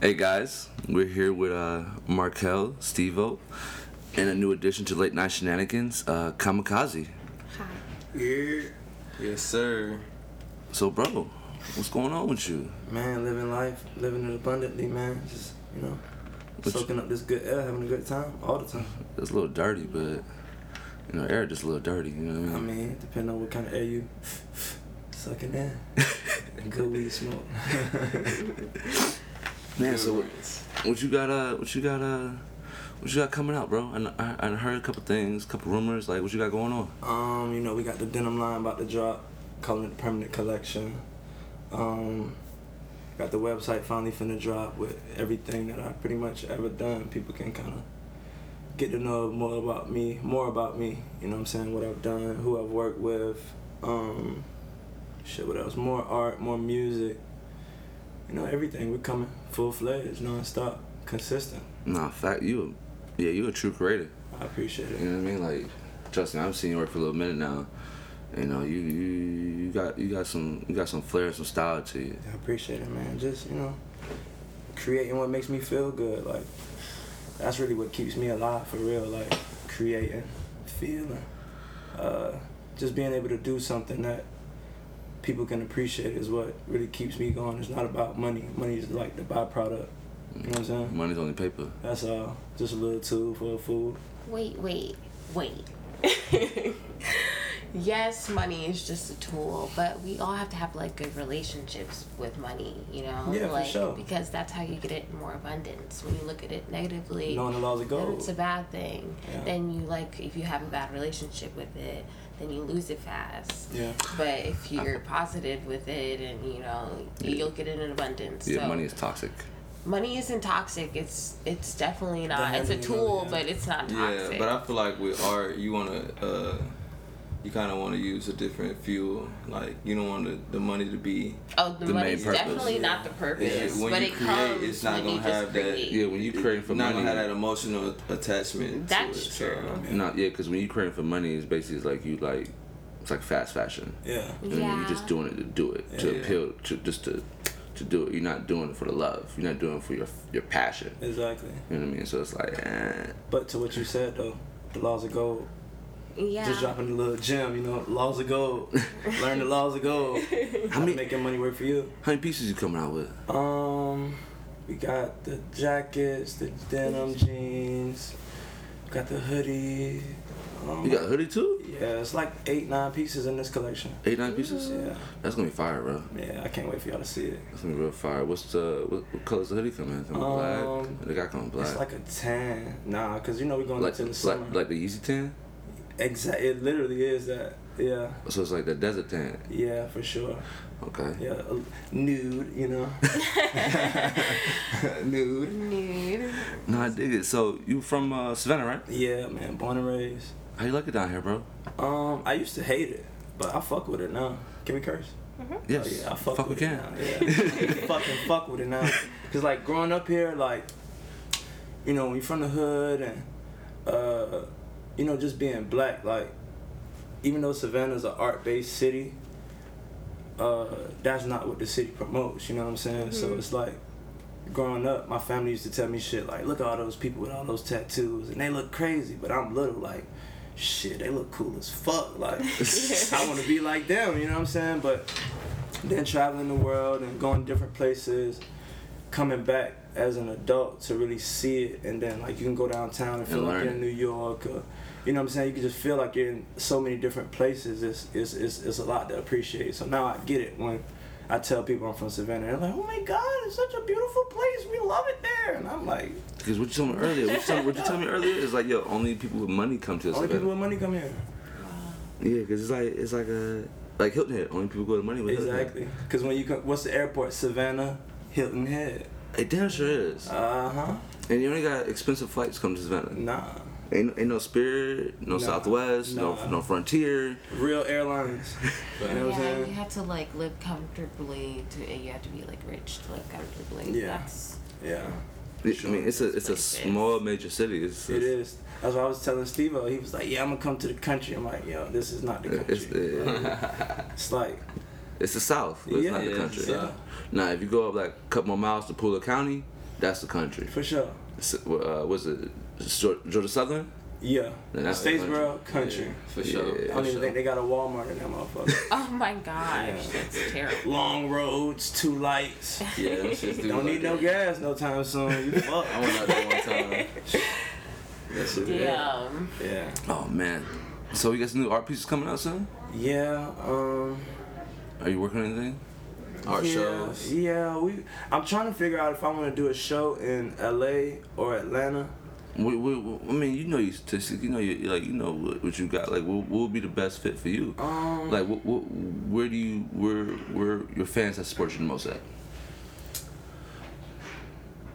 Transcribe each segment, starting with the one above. Hey guys, we're here with uh, Markel Stevo and a new addition to Late Night Shenanigans, uh, Kamikaze. Hi. Yeah. Yes, sir. So, bro, what's going on with you? Man, living life, living it abundantly, man. Just, you know, soaking up this good air, having a good time all the time. It's a little dirty, but you know, air just a little dirty. You know what I I mean? mean, depending on what kind of air you sucking in. good weed smoke. Man, so what, what you got? Uh, what you got? Uh, what you got coming out, bro? And I, I heard a couple things, couple rumors. Like, what you got going on? Um, you know, we got the denim line about to drop, calling it the permanent collection. Um, got the website finally finna drop with everything that I've pretty much ever done. People can kind of get to know more about me, more about me. You know what I'm saying? What I've done, who I've worked with. Um, shit, what else? More art, more music. You know, everything. We're coming full fledged, non-stop, consistent. Nah, fact, you, a- yeah, you a true creator. I appreciate You it. know what I mean? Like, trust me, I've seen you work for a little minute now. You know, you you you got you got some you got some flair, and some style to you. I appreciate it, man. Just you know, creating what makes me feel good. Like that's really what keeps me alive for real. Like creating, feeling, uh, just being able to do something that people can appreciate is what really keeps me going. It's not about money. Money is like the byproduct. You know what I'm saying? Money's only paper. That's all. Just a little tool for a fool. Wait, wait, wait. yes, money is just a tool, but we all have to have like good relationships with money, you know? Yeah, for like, sure. Because that's how you get it in more abundance. When you look at it negatively, Knowing the laws of then gold. it's a bad thing. Yeah. Then you like if you have a bad relationship with it, then you lose it fast. Yeah. But if you're positive with it, and you know you'll get it in abundance. Yeah, so money is toxic. money isn't toxic. It's it's definitely not. Definitely it's a tool, not, yeah. but it's not toxic. Yeah, but I feel like with art, you wanna, uh, you kind of want to use a different fuel. Like you don't want the, the money to be. Oh, the, the main money's purpose. definitely not the purpose, Yeah, when but you it create, comes it's when not you gonna just have that- create. Yeah, when you creating for not money, gonna have that emotional attachment. That's to it, true. So. Not yeah, because when you creating for money, it's basically it's like you like, it's like fast fashion. Yeah. You know, you're just doing it to do it, to Yeah. appeal, to just to to do it. You're not doing it for the love. You're not doing it for your your passion. Exactly. You know what I mean? So it's like, eh. But to what you said though, the laws of gold. yeah. Just dropping a little gem, you know, laws of gold. Learn the laws of gold. how I'm many making money work for you. how many pieces you coming out with? Um, we got the jackets, the denim jeans, got the hoodie. Um, You got a hoodie too? yeah, it's like eight, nine pieces in this collection. Eight nine pieces? Yeah, That's gonna be fire, bro. yeah, I can't wait for y'all to see it. That's gonna be real fire. What's the what, what color's the hoodie coming in? Coming Um, black. They got coming black. It's like a tan, nah, cause you know we're going like, into the like, summer. like the Yeezy tan. Exact, it literally is that. Yeah, So it's like the desert tan. yeah, for sure. Okay. Yeah, a- nude, you know. nude. nude. No, I dig it. So you from uh, Savannah, right? Yeah, man, born and raised. How you like it down here, bro? Um, I used to hate it, but I fuck with it now. Can we curse? Yes. Oh, yeah, I fuck, we with can. it now. Yeah. fucking fuck with it now. Cause like growing up here, like, you know, when you're from the hood and, uh, you know, just being black, like, even though Savannah's an art-based city, uh, that's not what the city promotes. You know what I'm saying? So it's like. Growing up, my family used to tell me shit like, "Look at all those people with all those tattoos, and they look crazy." But I'm little, like, shit, they look cool as fuck. Like, I want to be like them. You know what I'm saying? But then traveling the world and going different places, coming back as an adult to really see it, and then like you can go downtown and feel And like learn you're in it. New York, or you know what I'm saying. You can just feel like you're in so many different places. It's it's it's, it's a lot to appreciate. So now I get it when. I tell people I'm from Savannah. They're like, "Oh my God, it's such a beautiful place. We love it there." And I'm like, Because what you told me earlier, what you told, what you told me earlier is like, yo, only people with money come to "Only people Savannah. with money come here." Yeah, because it's like it's like a like Hilton Head. Only people go to money with Hilton Head. Exactly. Because when you come, what's the airport? Savannah, Hilton Head. It damn sure is. Uh huh. And you only got expensive flights come to Savannah. Nah. Ain't, ain't no Spirit, no Nah. Southwest, no Nah. no Frontier. Real airlines. you know what I'm Yeah, you saying? have to like live comfortably. To and you have to be like rich to live comfortably. Yeah. That's Yeah. I mean, it's a it's a Expensive. small major city. It's, It it's, is. That's what I was telling Steve. He was like, "Yeah, I'm gonna come to the country." I'm like, "Yo, this is not the country." It's, It's, the like, it's the South, but it's not Yeah, the it's country. the South. Now, if you go up like a couple more miles to Pula County, That's the country. for sure. S- Uh, was it Geor- Georgia Southern? Yeah, Then that's the Statesboro country. Yeah, for sure. Yeah. I for don't even sure. think they got a Walmart in that motherfucker. Oh my gosh, Yeah. that's terrible. Long roads, two lights. Yeah, them shits do Don't like need no that. gas no time soon. You fuck. I went out there one time. That shit. Damn. Yeah. Oh man. So you got some new art pieces coming out soon? Yeah. Um. Are you working on anything? Art yeah, shows. Yeah. We. I'm trying to figure out if I want to do a show in L.A. or Atlanta. We, we, I mean, you know your statistics. You know, you like, you know what, what you got. Like, what, what would be the best fit for you? Um. Like, what, what, where do you, where, where your fans have supported you the most at?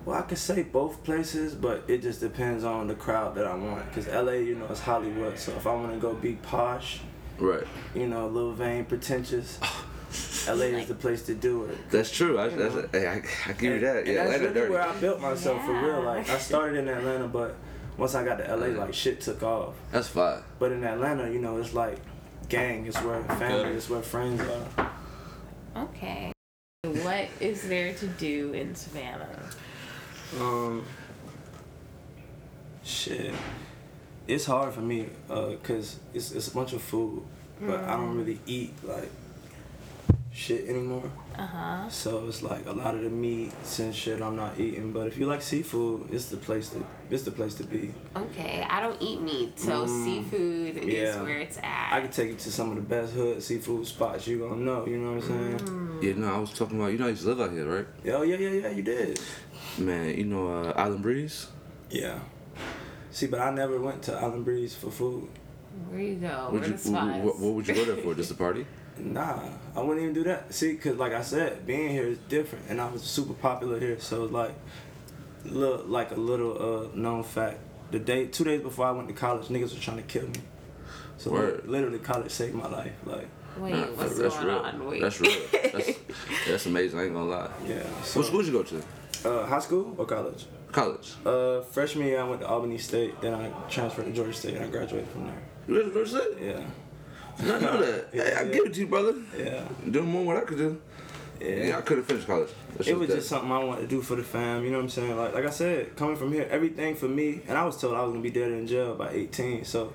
Well, I could say both places, but it just depends on the crowd that I want. Cause LA, you know, is Hollywood. So if I want to go be posh, Right. you know, Lil Vane, pretentious, LA is the place to do it. That's true. I, You that's, know. hey, I, I give you And- that. and Yeah, that's Atlanta really dirty. where I built myself for real. Yeah. Like I started in Atlanta, but once I got to LA, like shit took off. That's fine. But in Atlanta, you know, it's like gang. It's where family. It's where friends are. Okay. What is there to do in Savannah? Um, shit. It's hard for me, uh, cause it's it's a bunch of food, but I don't really eat like shit anymore. Uh huh. So it's like a lot of the meats and shit I'm not eating. But if you like seafood, it's the place to it's the place to be. Okay, I don't eat meat, so Mm, seafood is yeah. where it's I at. can take you to some of the best hood seafood spots you gonna know. You know what I'm saying? Yeah, no, I was talking about, you know, I used to live out here, right? Yo, yeah, yeah, yeah. You did. Man, you know, uh, Island Breeze? Yeah. See, but I never went to Island Breeze for food. Where you Oh, go? Would where you, the spots? what, what would you go there for? Just a party? Nah, I wouldn't even do that. See, cause like I said, being here is different, and I was super popular here. So like, look, like a little uh, known fact. The day, two days before I went to college, niggas were trying to kill me. So like, Word. literally, college saved my life. Like, Wait, Nah, what's that's going real. on? Wait. That's real. That's, that's amazing. I ain't gonna lie. yeah. So, What school did you go to? Uh, high school or college? College. Uh, freshman year, I went to Albany State. Then I transferred to Georgia State, and I graduated from there. You ready to go to sleep? Yeah, No, I know that. Hey, I give it to you, brother. yeah, Doing more than what I could do. yeah. Yeah, I couldn't finish college. That it shit was dead. just something I wanted to do for the fam. You know what I'm saying? Like, like I said, coming from here, everything for me. And I was told I was gonna be dead in jail by 18. So,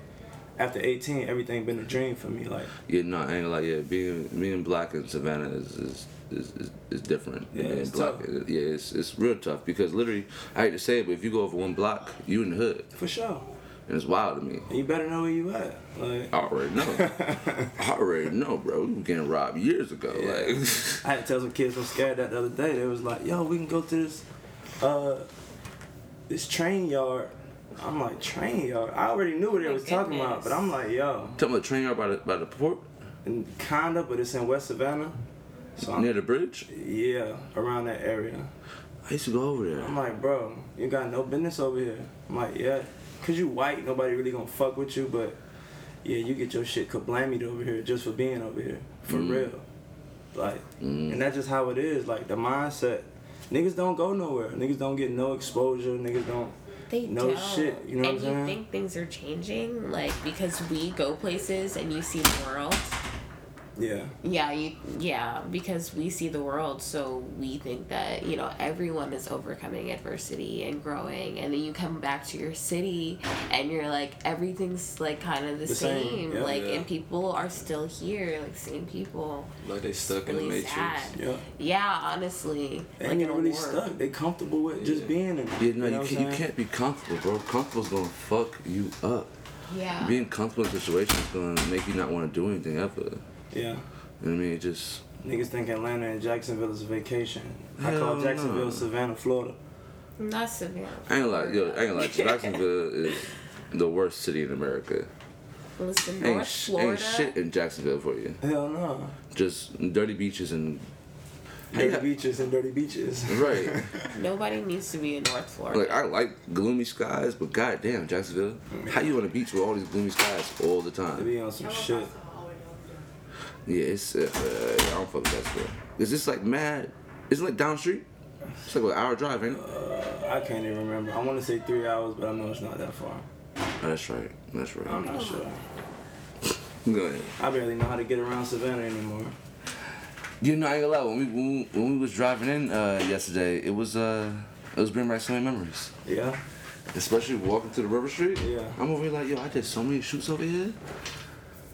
after 18, everything been a dream for me. Like, Yeah, no, I ain't gonna lie. Yeah, being being black in Savannah is is is, is, is different. Yeah, Being it's black, tough. it- yeah, it's it's real tough because literally, I hate to say it, but if you go over one block, you in the hood, for sure. and it's wild to me. And you better know where you at. Like, I already know. I already know, bro. We were getting robbed years ago. Yeah. Like, I had to tell some kids I'm scared that the other day. They was like, "Yo, we can go to this, uh, this train yard." I'm like, "Train yard." I already knew what they My was talking about, goodness. but I'm like, "Yo, talking about the train yard by the by the port and kinda, but it's in West Savannah." So I'm, near the bridge. yeah, around that area. I used to go over there. I'm like, bro, you got no business over here. I'm like, yeah, cause you white, nobody really gonna fuck with you, but yeah, you get your shit kablammied over here just for being over here, for Mm. real. Like, Mm. and that's just how it is. Like the mindset, niggas don't go nowhere. Niggas don't get no exposure. Niggas don't. They No don't. shit, you know and what I'm saying? you think things are changing, like because we go places and you see the world. Yeah, Yeah, you, yeah, because we see the world, so we think that you know everyone is overcoming adversity and growing, and then you come back to your city and you're like everything's like kind of the, The same, same, yeah. like Yeah. and people are still here, like same people. Like they stuck in the Really matrix. sad. yeah. Yeah, honestly, They like ain't in a really war. stuck. They comfortable with just Yeah. being. In, Yeah, no, you, know what I'm can't, you saying? can't be comfortable, bro. Comfortable's gonna fuck you up. Yeah, Being comfortable in situations is gonna make you not want to do anything ever. You know Yeah. what I mean? It just Niggas think Atlanta and Jacksonville is a vacation. I Hell call no. Jacksonville Savannah, Florida. not severe. I ain't like yo, I ain't like Jacksonville is the worst city in America. Listen, Ain't, North sh- Florida. ain't shit in Jacksonville for you. Hell no. Just dirty beaches and Dirty Yeah. beaches and dirty beaches. right. Nobody needs to be in North Florida. like I like gloomy skies, but goddamn Jacksonville, how you on a beach with all these gloomy skies all the To time? be on some shit. Yeah, it's uh, uh, I don't fuck with Jacksonville. It's just like mad. It's like down the street. It's like an hour drive, ain't it? I can't even remember. I want to say three hours, but I know it's not that far. Oh, that's right. That's right. I'm not sure. Go ahead. I barely know how to get around Savannah anymore. You know, I ain't gonna lie. When we when we, when we was driving in uh, yesterday, it was uh, It was bringing back so many memories. Yeah. Especially walking to the River Street. Yeah. I'm over here like, yo, I did so many shoots over here.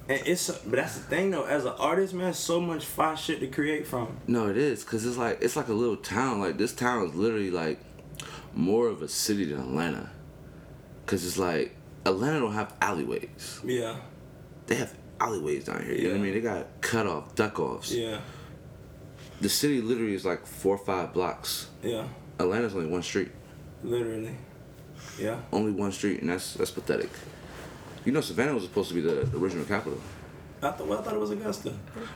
And it's but that's the thing though. As an artist, man, so much fire shit to create from. No, it is, cause it's like it's like a little town. Like this town is literally like more of a city than Atlanta, cause it's like Atlanta don't have alleyways. Yeah. They have alleyways down here. You know what I Yeah. mean? They got cut off, duck offs. Yeah. The city literally is like four or five blocks. Yeah. Atlanta's only one street, Literally. Yeah. only one street, and that's that's pathetic. You know, Savannah was supposed to be the original capital. I thought well, I thought it was Augusta.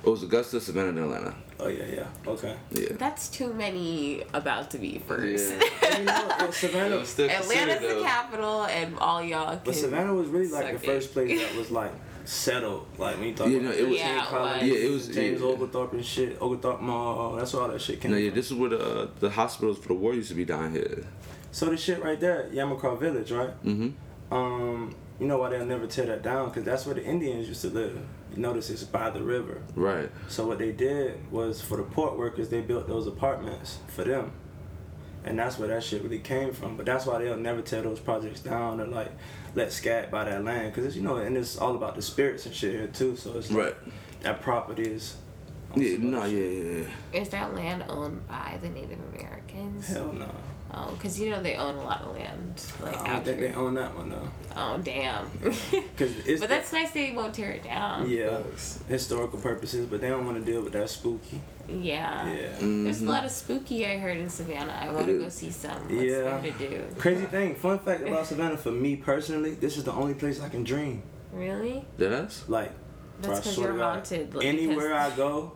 It was Augusta, Savannah, and Atlanta. Oh yeah, yeah. Okay. Yeah. That's too many about to be first. Yeah. You know, uh, Savannah. Atlanta's the capital, and all y'all. Can, But Savannah was really like the Suck it. first place that was like settled. Like when you talk Yeah, about no, it was- Yeah, it Collins, was. Yeah, it was- James yeah. Oglethorpe and shit. Oglethorpe Mall. That's where all that shit came. No, yeah, from. this is where the uh, the hospitals for the war used to be down here. So the shit right there, Yamacraw Village, right? Mm-hmm. Um, you know why they'll never tear that down? Cause that's where the Indians used to live. You notice it's by the river. Right. So what they did was for the port workers, they built those apartments for them, and that's where that shit really came from. But that's why they'll never tear those projects down or like let scat by that land, cause it's, you know, and it's all about the spirits and shit here too. So it's like, Right. that property is. Yeah, no, yeah, yeah, yeah. is that land owned by the Native Americans? Hell no. Oh, because you know they own a lot of land. Like I don't out think Oh, they here. own that one though. Oh damn. Cause it's but that's nice they won't tear it down. yeah historical purposes, but they don't want to deal with that spooky. Yeah. Yeah. Mm-hmm. There's a lot of spooky I heard in Savannah. I want to go see some. What's Yeah. there to do? Crazy thing, fun fact about Savannah for me personally, this is the only place I can dream. Really? Dead ass? Like, That's bro, I 'cause swear you're to God, haunted, like, anywhere because- I go,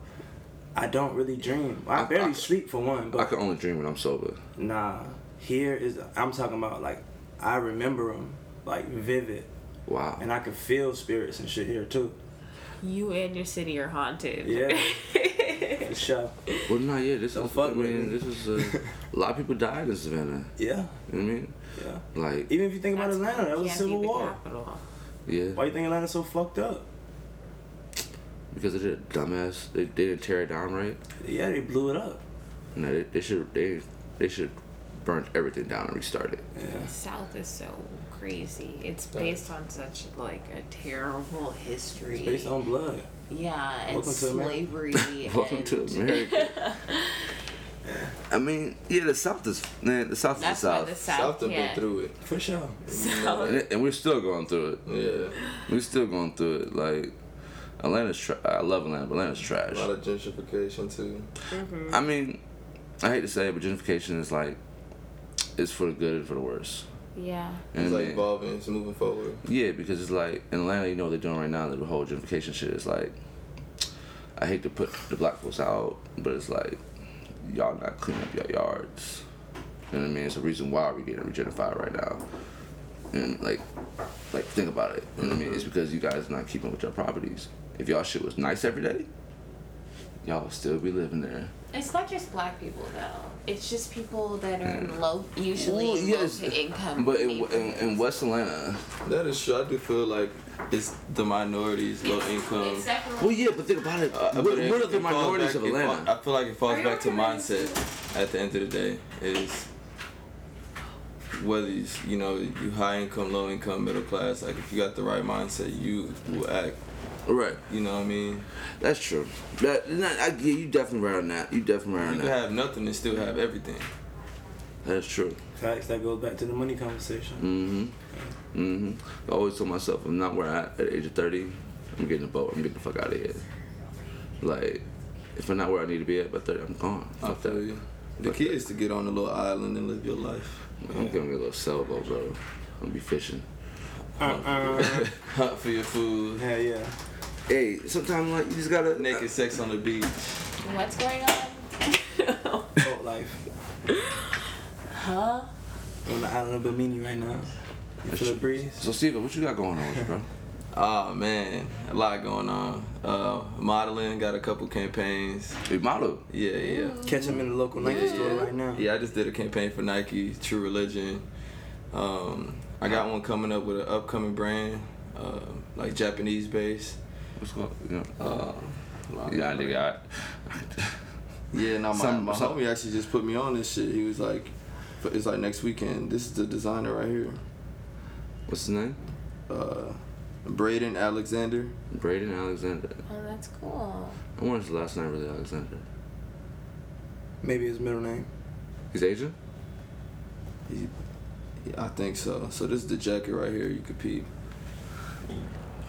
I don't really dream. I, I- barely I- sleep for one, I but can only dream when I'm sober. nah. Here is I'm talking about like I remember them like vivid, Wow. and I can feel spirits and shit here too. You and your city are haunted. For sure. well, no, yeah, this Don't is. fuck I with mean, me. this is. Uh, a lot of people died in Savannah. Yeah, You know what I mean? yeah. Like, Even if you think about Atlanta, that was a civil war. yeah, Why you think Atlanta's so fucked up? because they did a dumbass. They, they didn't tear it down right. Yeah, they blew it up. No, they, they should. They they should burn everything down and restart it. Yeah. South is so crazy. It's based on such like a terrible history. Based on blood. yeah, and Welcome to America. slavery. Welcome and to America. I mean, yeah, the South is man. The South is the That's why South, the South, South have been can't. through it. For sure. South- and, it- and we're still going through it. Yeah, We're still going through it. Like, Atlanta's. Tra- I love Atlanta, but Atlanta's trash. a lot of gentrification too. Mm-hmm. I mean, I hate to say it, but gentrification is like, it's for the good and for the worse. yeah. It's And like then- evolving, it's moving forward. yeah, because it's like in Atlanta, you know what they're doing right now. The whole gentrification shit is like, I hate to put the black folks out, but it's like, y'all not cleaning up your yards. You know what I mean? It's a reason why we're getting regentrified right now. And like, like think about it. You know what I mean? Mm-hmm. It's because you guys not keeping with your properties. If y'all shit was nice every day, y'all would still be living there. It's not just black people though. It's just people that are Mm. in low, usually Well, low yes, to income. But in, in, neighborhoods. in West Atlanta, That is true. I do feel like it's the minorities, low income. It's definitely- well, yeah, but think about it. Uh, but what, it- what are it the falls minorities back- of it fall- Atlanta? I feel like it falls Are back to you minorities? mindset. At the end of the day, is whether you s- you know you high income, low income, middle class. Like if you got the right mindset, you will act. right, You know what I mean? that's true. That, and I, I, yeah, you definitely right on that. You definitely right You on could that. have nothing and still have everything. That's true. Facts, that goes back to the money conversation. hmm hmm I always told myself, I'm not where I at the age of 30. I'm getting a boat. I'm getting the fuck out of here. Like, if I'm not where I need to be at by 30, I'm gone. I Fuck that. feel you. The Fuck key is to get on a little island and live your life. I'm gonna get a little sailboat, bro. I'm gonna be fishing. Uh-uh. Hunt for your food. Hell yeah. Hey, sometimes like you just gotta Naked sex on the beach. What's going on? Boat life. huh? On the island of Bimini right now. You feel the breeze? uh, So, Steven, what you got going on with you, bro? Oh man, a lot going on. Uh, modeling, got a couple campaigns. You model. Yeah, yeah. Catch him in the local Nike store right now. Yeah, I just did a campaign for Nike, True Religion. Um, I got one coming up with an upcoming brand, uh, like Japanese based. What's going on? Uh, Oh, Yeah, nigga. I, Yeah, no, my, Some- my some- homie actually just put me on this shit. He was like, But it's like next weekend. This is the designer right here, What's his name? uh, Braden Alexander. Braden Alexander. Oh, that's cool. I wonder if his last name really Alexander. Maybe his middle name. He's Asian. He, he- I think so. So this is the jacket right here. You could peep. Oh,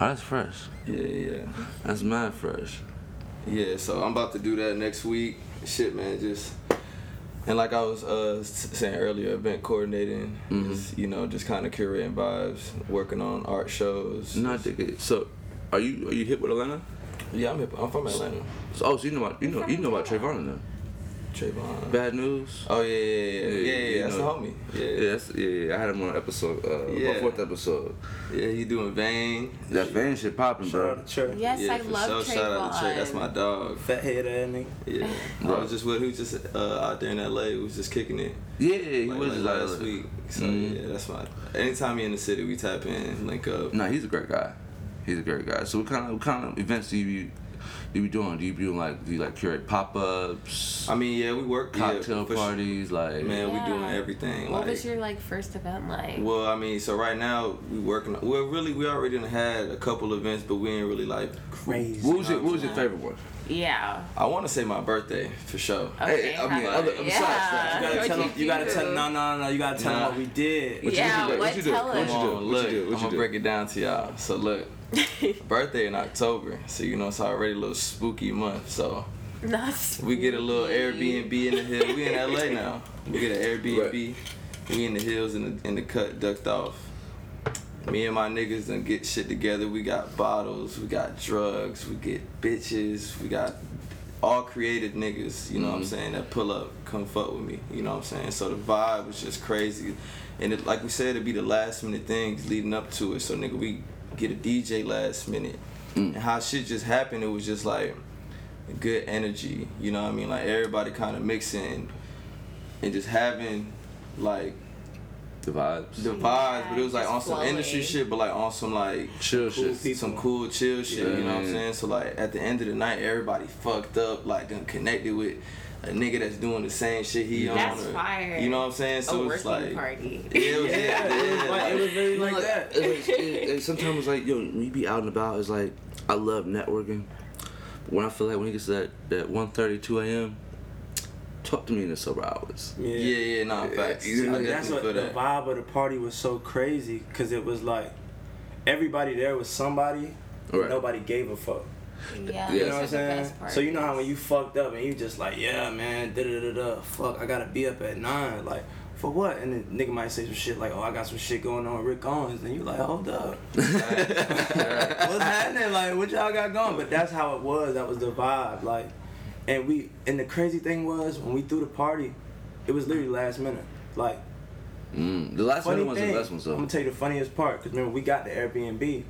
that's fresh. Yeah, yeah, That's mad fresh. yeah. So I'm about to do that next week. Shit, man, just. And like I was uh, s- saying earlier, event coordinating Mhm. is you know just kind of curating vibes, working on art shows. No, I dig it. So, are you are you hit with Atlanta? Yeah, I'm, hip- I'm from Atlanta. So, oh, so you know about you know you know about Trayvon and them. Trayvon. Bad news. Oh yeah, yeah, yeah, yeah, yeah. yeah, you that's know. the homie. Yeah, that's, yeah, yeah, I had him on episode, uh, my Yeah. fourth episode. Yeah, he doing Vane. That van shit popping, Shout bro. out to Church. Yes, I love Trayvon. Shout out to Trey. That's my dog. Fat head ass nigga. Yeah. I was just with who just uh, out there in LA. We was just kicking it. Yeah, he like, was like just like, last week. So Mhm. yeah, that's my. Anytime you in the city, we tap in, link up. No, he's a great guy. He's a great guy. So what kind of what kind of events do you be, do you be doing? Do you be doing like do you like curate pop ups, I mean, yeah, we work yeah, cocktail for sure. parties, like Man, Yeah. we doing everything. What like, was your like first event like? Well, I mean, so right now we working. Well, really, we already done had a couple events, but we ain't really like. Crazy. what was your what was your favorite one? yeah. I want to say my birthday for sure. Hey, Okay. I mean, how- other- besides yeah. that, You gotta What'd tell him. You gotta do? tell. No, no, no. You gotta tell him Nah. what we did. What you- Yeah, what you, what- do? tell What you us. do? Come on, What you Oh, look, do? What I'm you gonna do? break it down to y'all. So look, birthday in October, so you know it's already a little spooky month. So Not we get a little spooky. Airbnb in the hill. We in LA now. We get an Airbnb. We in the hills in the in the cut, ducked off. Me and my niggas done get shit together. We got bottles, we got drugs, we get bitches, we got all creative niggas, you know what I'm Mhm. saying, that pull up, come fuck with me, you know what I'm saying? So the vibe was just crazy. And it, like we said, it'd be the last minute things leading up to it. So nigga, we get a DJ last minute. And how shit just happened, it was just like good energy, you know what I mean? Like everybody kind of mixing and just having like The vibes. the vibes, but it was like just on some flowing. industry shit, but like on some like Chill Cool shit. people. some cool chill shit. Yeah, you know what man. I'm saying? So like at the end of the night, everybody fucked up, like done connected with a nigga that's doing the same shit he That's on. or- fire. You know what I'm saying? a So it's working like party. Yeah, it was, yeah, Yeah, it was yeah, like- it was like- really like Like, that. it's like- it- it- sometimes it's like, yo, when you be out and about, it's like, I love networking. But when I feel like when it gets to that, that 1.30, 2 a.m., talk to me in the sober hours. yeah, yeah, nah, facts. You know, I Like, that's what definitely the feel that. vibe of the party was so crazy because it was like everybody there was somebody. Right. Nobody gave a fuck. Yeah. You You know what those are I'm the saying? best parties. So you know how when you fucked up and you just like, yeah, man, da da da da, fuck, I gotta be up at nine, like for what? And then nigga might say some shit like, oh, I got some shit going on with Rick Owens, and you like, hold up, what's happening? Like, what y'all got going? But that's how it was. That was the vibe. Like, and we and the crazy thing was when we threw the party, it was literally last minute. Like, Mm. The last funny one was thing, the best one, I'm so. gonna tell you the funniest part because remember we got the Airbnb.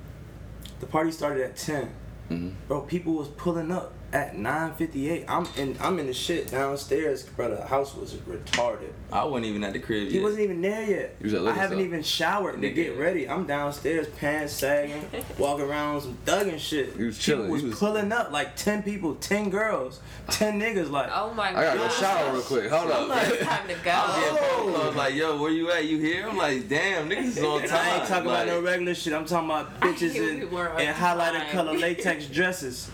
The party started at ten. Mhm. Bro, people was pulling up at 9:58. I'm in. I'm in the shit downstairs, bro. The house was retarded. I wasn't even at the crib yet. He wasn't even there yet. He was at I liquor haven't store. even showered to Nigga. get ready. I'm downstairs, pants sagging, walking around with some thugging shit. He was People chilling. was, He was- pulling up like ten people, ten girls, ten niggas. Like, Oh my I god. gotta go shower real quick. Hold I'm up. like, time to Oh. I was, go. getting phone calls, like, yo, where you at? You here? I'm like, damn, niggas is on And time. I ain't talking like, about no regular shit. I'm talking about I hate bitches when people are in, on in highlighter time. color latex dresses.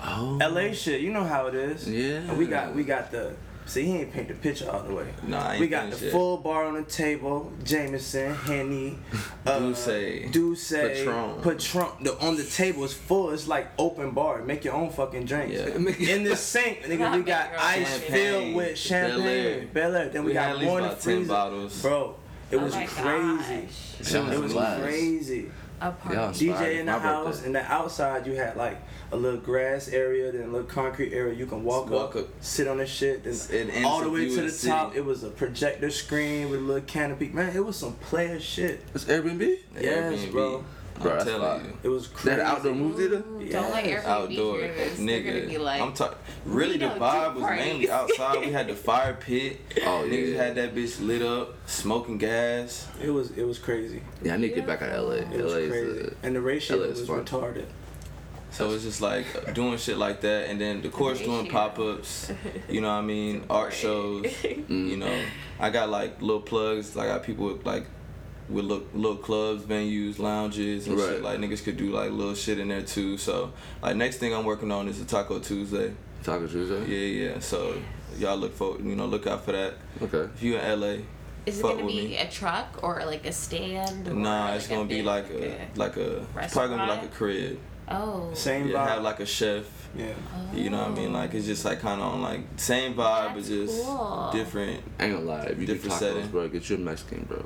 Oh. LA shit, you know how it is. Yeah. And we got we got the see he ain't paint the picture all the way. Nah, I ain't We got the finished yet. full bar on the table, Jameson, Henny, uh, Douce. Douce, Patron. Patron. The on the table is full. It's like open bar. Make your own fucking drinks. Yeah. In the sink, nigga, we got Champagne. ice filled with Champagne. champagne, Bel Air. Then we, We had got at least more in the about 10 freezer. bottles. Bro, it Oh was my crazy. gosh. Shit It was blast. crazy. A party. Yeah. DJ in the My birthday. house, and the outside you had like a little grass area, then a little concrete area. You can walk, Walk up, up. sit on the shit, then It ends all the with way you to in the the top. city. It was a projector screen with a little canopy. Man, it was some player shit. It's Airbnb? Yes, Airbnb. bro. I'm Bro, that's telling fire. you. It was crazy. That outdoor movie theater? Ooh, Don't let Yes. Airbnb outdoor hear this. They're gonna be nigga. like, I'm talking. Really, the don't do vibe was mainly parties. outside. We had the fire pit. Oh, yeah. Niggas had that bitch lit up, smoking gas. It was it was crazy. Yeah, I need to get back out of LA. It was LA is crazy, uh, and the ratio LA is was fun. retarded. So it's just like uh, doing shit like that, and then the course doing Ratio. pop ups, you know what I mean? Art shows, mm. you know. I got like little plugs, like I got people with like with little, little clubs, venues, lounges, and Right. shit. Like niggas could do like little shit in there too. So like next thing I'm working on is a Taco Tuesday. Taco Tuesday? Yeah, yeah. So y'all look for you know look out for that. Okay. If you in LA, Is it fuck gonna with be me. a truck or like a stand? Or Nah, it's a gonna be big- like a like a it's probably gonna be like a Restaurant? crib. oh Same Yeah, vibe. have like a chef. yeah. You know what I mean? Like it's just like kind of on like same vibe, but That's just cool. different. ain't gonna lie. If you get Different tacos, setting. bro, get you a Mexican, bro.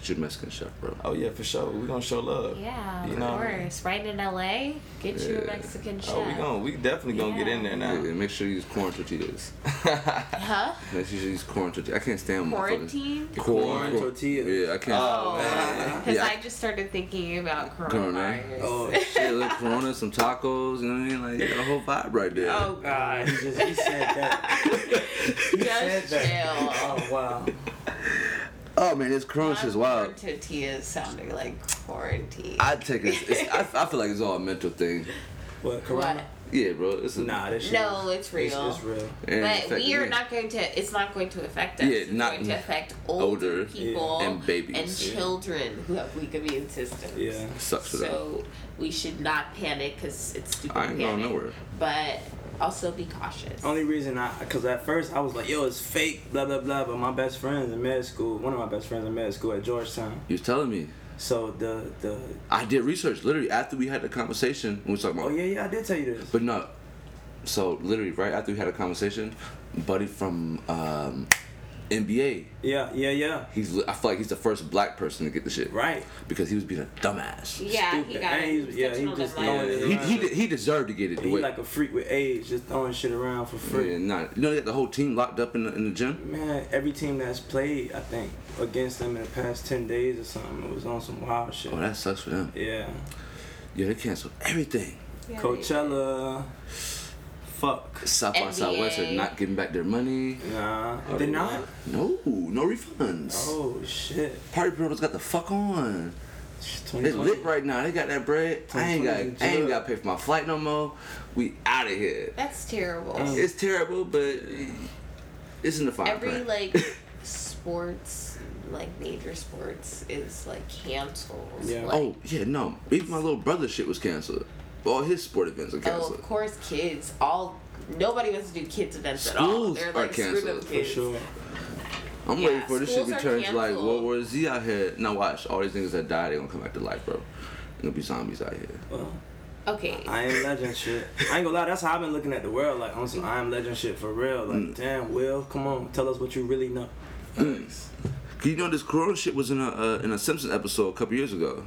Get you a Mexican chef, bro. Oh yeah, for sure. We gonna show love. Oh. Yeah, You of know what I mean? course. Right in LA, get you a Yeah. Mexican chef. Oh, we gonna we definitely gonna get in there Yeah, now. yeah, make sure you use corn tortillas. Huh? Make sure you use corn tortillas. I can't stand motherfuckers- Quarantine? Corn, Corn corn- tortillas. Yeah, I can't. Oh, Because Yeah. I just started thinking about Corona. coronavirus. Oh, shit, look, Corona, some tacos. You know what I mean? Like, you got a whole vibe right there. Oh, God, God. he just he said that. He said Just that. chill. Oh wow. Oh, man, this Corona shit's wild. Tortillas sounding like quarantine. I take it. It's, I, I feel like it's all a mental thing. What What? Corona? Yeah, bro. It's a, Nah, this shit. No, it's It's, real. it's real. and But it's affecting we are me. not going to. It's not going to affect us. Yeah, it's not- going to affect older, older people and babies. and Yeah. children who have weak immune systems. Yeah. Sucks for them. So we should not panic because it's stupid. I ain't going panic, nowhere. But also be cautious. Only reason I, because at first I was like, yo, it's fake, blah, blah, blah. But my best friend's in med school, one of my best friends in med school at Georgetown. You was telling me. So the, the, I did research literally after we had the conversation. When we was talking about oh, yeah, yeah, I did tell you this. But no, so literally right after we had a conversation, buddy from um, NBA, Yeah, yeah, yeah. he's I feel like he's the first black person to get the shit Right. because he was being a dumbass. yeah, he Stupid. got. And it. he's- He was yeah, touching he on just them, throwing like, it He, he, de- he deserved to get it. He The way, like a freak with age, just throwing shit around for free. yeah, nah, you know they got the whole team locked up in the, in the gym. Man, every team that's played, I think, against them in the past 10 days or something, it was on some wild shit. Oh, that sucks for them. yeah. Yeah, they canceled everything. yeah, Coachella. Fuck. South by NBA. Southwest are not getting back their money. Nah. Oh, They're not? No, no refunds. Oh, shit. Party people got the fuck on. It's 2020. lit right now. They got that bread. I ain't got. I ain't got to pay for my flight no more. We out of here. That's terrible. Oh. It's terrible, but it's in the fine Every print. like sports, like major sports, is like canceled. Yeah. Like, oh yeah, no. Even my little brother's shit was canceled. All his sport events are Oh, canceled. of course, kids. All nobody wants to do kids events at all. Schools They're are like screw them canceled, for For kids. sure. I'm Oh, Yeah, waiting for this shit schools to are turn to like canceled. World War Z out here. Now watch, all these niggas that died, they gonna come back to life, bro. They're gonna be zombies out here. Well, Okay, Uh, I am legend shit. I ain't gonna lie, that's how I've been looking at the world, like on some I am legend shit for real. Like, Mm. damn, Will, come on, tell us what you really know. You know this Corona shit was in a uh, in a Simpsons episode a couple years ago.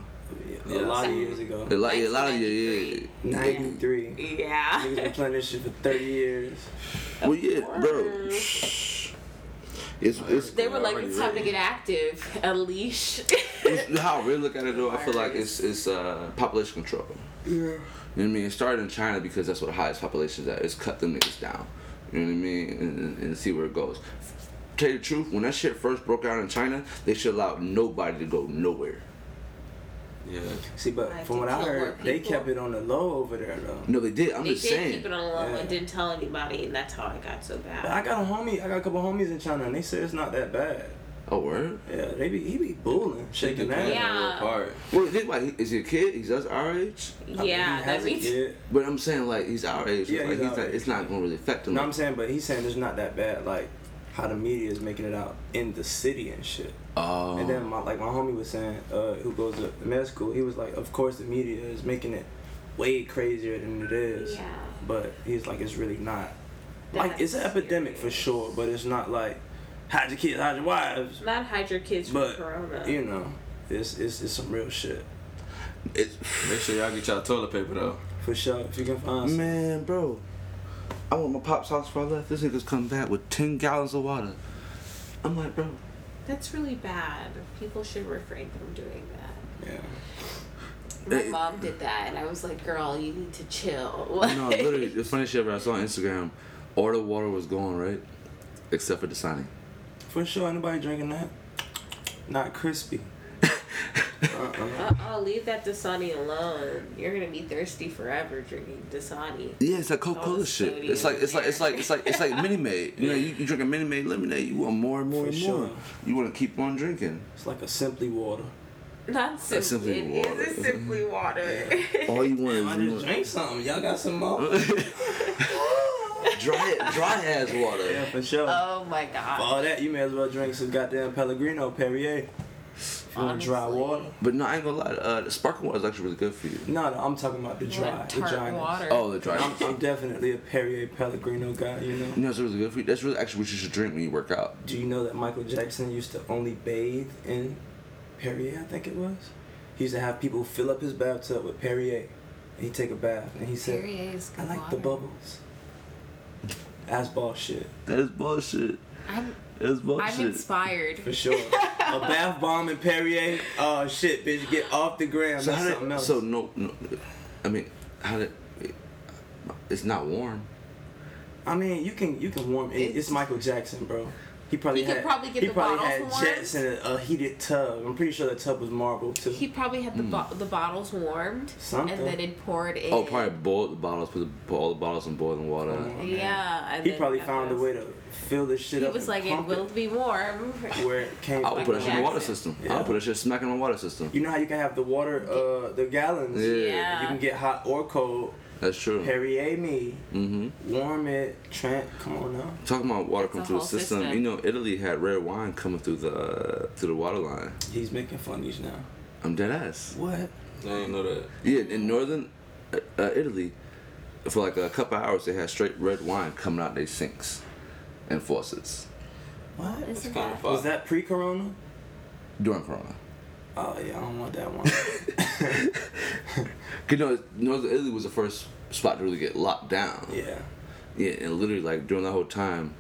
A lot of years ago. A lot, yeah, a lot of yeah, yeah. yeah. 93. Niggas yeah. been playing this shit for 30 years. Well, yeah, bro. It's it's They were like, Already it's time to ready. get active. Unleash. It's- how I really look at it though, I feel like it's it's uh, population control. Yeah. You know what I mean? It started in China because that's where the highest population is at. It's cut them niggas down. You know what I mean? And, and, and see where it goes. Tell you the truth, when that shit first broke out in China, they should allow nobody to go nowhere. Yeah. See, but Right, from to what I kill more heard, they people. kept it on the low over there, though. No, they did. I'm they did just saying. keep it on low Yeah. and didn't tell anybody, and that's how it got so But I bad. got a homie, I got a couple homies in China, and they said it's not that bad. oh, word? Yeah, they be, he be bullying, shaking Japan, that. Yeah. that real part. Well, think about it. Is he a kid? He's us our age? yeah, that that's means. it. But I'm saying, like, he's our age. Yeah, like, he's he's our not, age. It's not going to really affect him. No, I'm saying, but he's saying it's not that bad, like how the media is making it out in the city and shit. oh. And then my like my homie was saying, uh, who goes to med school, he was like, Of course the media is making it way crazier than it is. Yeah. But he's like, it's really not. like it's an That's epidemic for serious. sure, but it's not like hide your kids, hide your wives. Not hide your kids from But corona. you know, it's it's it's some real shit. It's, Make sure y'all get y'all toilet paper though. For sure. If you can find some Man, bro, I want my pop's house before I left. This nigga's come back with 10 gallons of water. I'm like, bro, That's really bad. People should refrain from doing that. yeah. My Hey. mom did that, and I was like, "Girl, you need to chill." no, literally, the funniest shit ever. I saw on Instagram, all the water was gone, right? Except for the signing. For sure, anybody drinking that? Not crispy. Uh oh, leave that Dasani alone. You're gonna be thirsty forever drinking Dasani. Yeah, it's like Coca All Cola the shit. sodium It's like it's like it's like it's like it's like Minute Maid. You know, Yeah. you, you drink a Minute Maid lemonade, you want more and more For and sure. more. You want to keep on drinking. It's like a simply water. Not simply, That's simply it water. is it's simply water. All you want I is just more. drank something. Y'all got some more? dry dry ass water. yeah, for sure. oh my For god. all that, you may as well drink some goddamn Pellegrino Perrier. If you want dry Honestly. water. But no, I ain't gonna lie. Uh, the sparkling water is actually really good for you. No, no, I'm talking about the You dry, want the tart dry. water. Oh, the dry. I'm, I'm definitely a Perrier Pellegrino guy, you know. You know, it's really good for you. That's really actually what you should drink when you work out. Do you know that Michael Jackson used to only bathe in Perrier, I think it was? He used to have people fill up his bathtub with Perrier. And he'd take a bath and he said, Perrier is good I like water. the bubbles. That's ball shit, That is bullshit. I'm, That is I'm bullshit. inspired. for sure. a bath bomb and Perrier, oh shit, bitch, get off the gram. so That's how did- something else. so no, no, I mean, how did? It's not warm. I mean, you can you can warm it. It's Michael Jackson, bro. He probably He could had probably get he the probably bottles had warm. jets in a, a heated tub. I'm pretty sure the tub was marble too. He probably had the bo- the bottles warmed Mm. Something. and then it poured in. Oh, probably boiled the bottles, put, the, put all the bottles in boiling water. Yeah. And He then probably that found a was- way to fill this shit He up. was and like, it pump will be warm. where it came I from. would put that shit in the water Jackson. system. I Yeah. would put that shit smack in the water system. You know how you can have the water, uh, the gallons. Yeah. Yeah. You can get hot or cold. That's true. Perrier me, Mm-hmm. warm it. Trent, come on now. Talking about water coming a through the whole system, system. you know, Italy had red wine coming through the uh, through the water line. He's making funnies now. I'm dead ass. What? I ain't know that. Yeah, in northern uh, uh, Italy, for like a couple hours, they had straight red wine coming out their sinks and faucets What? Isn't kinda that- fucked. Was that pre-corona? during Corona. Oh yeah, I don't want that one. Cause you know, northern Italy was the first spot to really get locked down. yeah. Yeah, and literally, like during that whole time,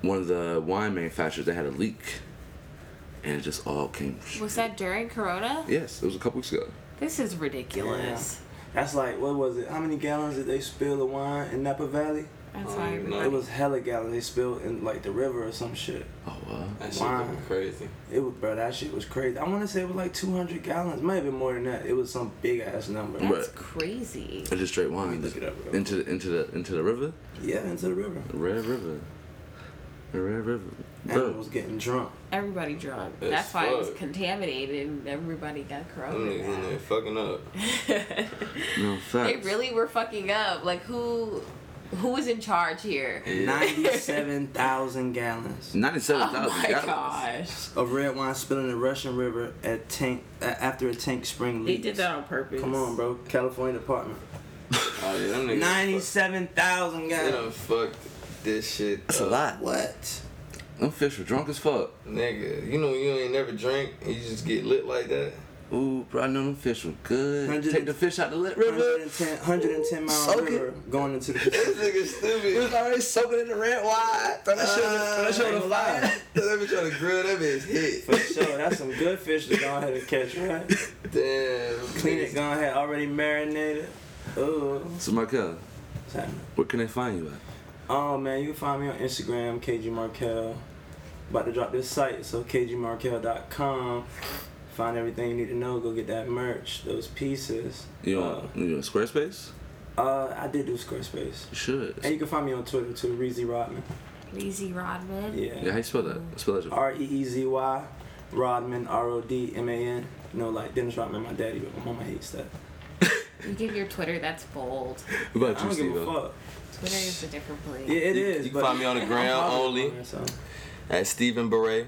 one of the wine manufacturers they had a leak, and it just all came. Was that during Corona? Yes, it was a couple weeks ago. This is ridiculous. That's like what was it? How many gallons did they spill of wine in Napa Valley? That's Um, why no. everybody. It was hella gallons they spilled in like the river or some shit. Oh wow. That shit Wow. looking crazy. It was bro, that shit was crazy. I want to say it was like 200 gallons, might have been more than that. It was some big ass number. Right. That's crazy. It's just straight wine. me look it up real into the into the into the river, Yeah, into the river. the Red River, the Red River. Animals Bro, was getting drunk. Everybody drunk. As That's why it was fuck. contaminated and everybody got Them niggas in there corona. fucking up. no they facts. really were fucking up. Like who, who was in charge here? Yeah. 97,000 gallons Ninety-seven Oh thousand my gallons. gosh! of red wine spilling in the Russian River at tank a- after a tank spring They leak. did that on purpose. Come on, bro. California Department. Oh yeah, them niggas. 97,000 Fuck, they done gallons. fucked this shit. That's a up. lot. What? Them fish were drunk as fuck. Nigga, you know you ain't never drink and you just get lit like that. Ooh, bro, I know them fish were good. Hundred- Take the fish out the lit river. 110, 110 mile Soak it. river going into the This Pacific. nigga It stupid. was already soaking in the red wine. Uh, Throw that shit on the- throw that shit on the fire. That bitch trying to grill that bitch hit. For sure, that's some good fish to go ahead and catch, right? Damn. Clean it, gone ahead, already marinated. Ooh. So Markel, What's happening? where can they find you at? Oh man, you can find me on Instagram, KG Markel. About to drop this site, so kgmarkel.com. Find everything you need to know. Go get that merch, those pieces. You on you on Squarespace? Uh, uh, I did do Squarespace. You should. And you can find me on Twitter too, Reezy Rodman. Lazy Rodman. Yeah, Yeah. how you spell that? Spell that. shit. R E E Z Y, Rodman, R O D M A N. You know, like Dennis Rodman, my daddy, but my mama hates that. You give your Twitter. That's bold. What I about you, don't give a Steve? fuck. Twitter is a different place. Yeah, it You- is. you can but find me on the I'm gram popular only. on there, so. At Stephen Beret.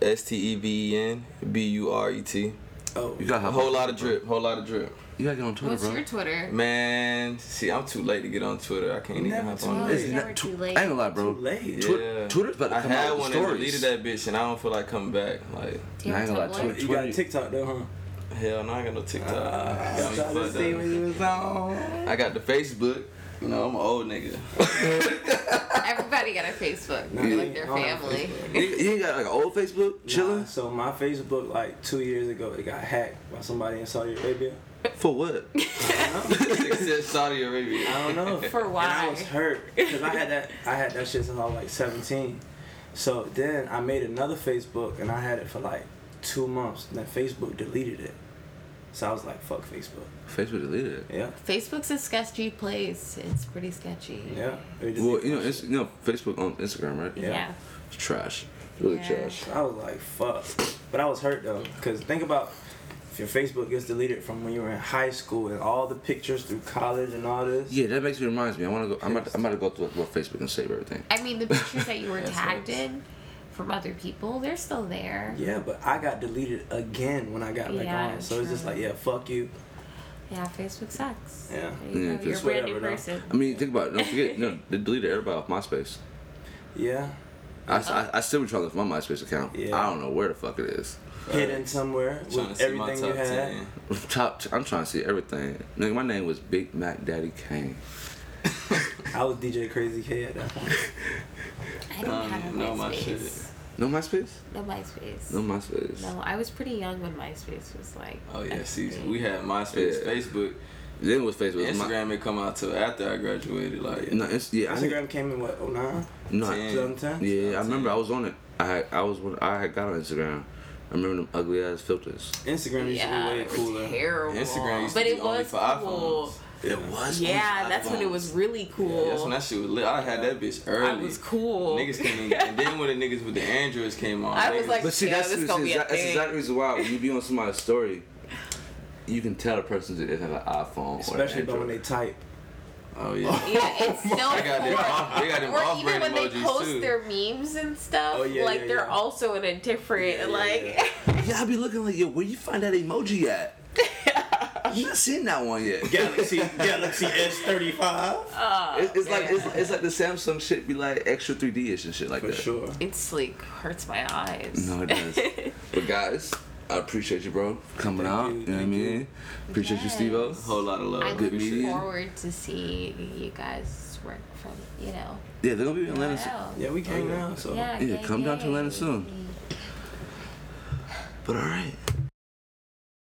S T E V E N B U R E T. Oh, You got A whole lot of drip. Whole lot of drip. You gotta get on Twitter, What's bro. your Twitter? Man, see, I'm too late to get on Twitter. I can't even Never hop too on. late. this. It's never too late. I ain't gonna lie, bro. Too late. Twi- Yeah. Twitter's about to I come had out with one and stories. deleted that bitch, and I don't feel like coming back. Like, Do you have I ain't gonna lie, Tumblr? Twitter- you got TikTok though, huh? hell, no, I got no TikTok. Uh, I tried to Fuck see that. when you was on. I got the Facebook. You know, I'm an old nigga. Everybody got a Facebook. Nah, like their I don't have family. Facebook. You, you ain't got like an old Facebook Nah, chilling so my Facebook like two years ago, it got hacked by somebody in Saudi Arabia. for what? Nigga said Saudi Arabia. I don't know. For And I why? was hurt because I had that. I had that shit since I was like 17. So then I made another Facebook and I had it for like two months. Then Facebook deleted it. So I was like, fuck Facebook. Facebook deleted it. Yeah. Facebook's a sketchy place. It's pretty sketchy. Yeah. They just- Well, you know, it's, you know, Facebook on Instagram, right? Yeah. Yeah. It's trash. Really Yeah. trash. I was like, fuck. But I was hurt though, because think about if your Facebook gets deleted from when you were in high school and all the pictures through college and all this. Yeah, that makes me reminds me. I want to go. I'm about to, I'm about to go through my Facebook and save everything. I mean, the pictures that you were That's tagged nice. in from other people, they're still there. Yeah, Yeah, but I got deleted again when I got back Yeah, on. So it's just true. like, yeah, fuck you. Facebook sucks. Yeah. There you Yeah, go. You're a just brand new whatever, though. person. I mean, think about it. Don't forget, no, they deleted everybody off MySpace. Yeah. I, I, I still be trying to find my MySpace account. Yeah. I don't know where the fuck it is. Hidden somewhere Trying to with see my everything you top had. ten. Top, t- I'm trying to see everything. Nigga, my name was Big Mac Daddy Kane. I was DJ Crazy K at that point. I don't Um, have a no, my MySpace. shit. No MySpace? No MySpace. No MySpace. No, I was pretty young when MySpace was like. Oh yeah, a see, thing. we had MySpace, Yeah. Facebook, Then it was Facebook. It was my- Instagram. It come out till after I graduated. Like, no, it's, yeah, I didn't- Instagram came in what, 09? no, I- Ten. 2010? yeah, I remember I was on it. I had, I was when I had got on Instagram. I remember them ugly ass filters. Instagram used Yeah, to be way it was cooler. terrible. Instagram used to but be it only was for iPhones. cool. It was. Yeah, that's when it iPhones. was really cool. Yeah, that's when that shit was lit. I had that bitch early. I was cool. Niggas came in, and then when the niggas with the androids came on, I was niggas- like- But see, Yeah, that's, this the- gonna be a that's thing. exactly the reason why when you be on somebody's story, you can tell the person that they have an iPhone Especially or about an when they Android. type. oh yeah, Yeah, it's still they got them cool. off, they got them Or off even when brand they emojis post too. their memes and stuff, Oh, yeah, like yeah, they're yeah. also in a different Yeah, yeah, like. Yeah, I be looking like, yo, where you find that emoji at? I'm not seeing that one yet. Galaxy Galaxy S35. uh, It's, it's like it's, it's like the Samsung shit be like extra 3D ish and shit like For that. sure. It's like hurts my eyes. No, it does. but guys, I appreciate you, bro, coming Thank out. you, You, know what I thank you. mean? Appreciate Yes. you, Steve-O. A whole lot of love. I Good look media. forward to seeing you guys work from you know. Yeah, they're gonna be in Atlanta. soon. out. Yeah, we came yeah. now, so. Yeah, Yeah, yay, come down to yay. Atlanta soon. But all right.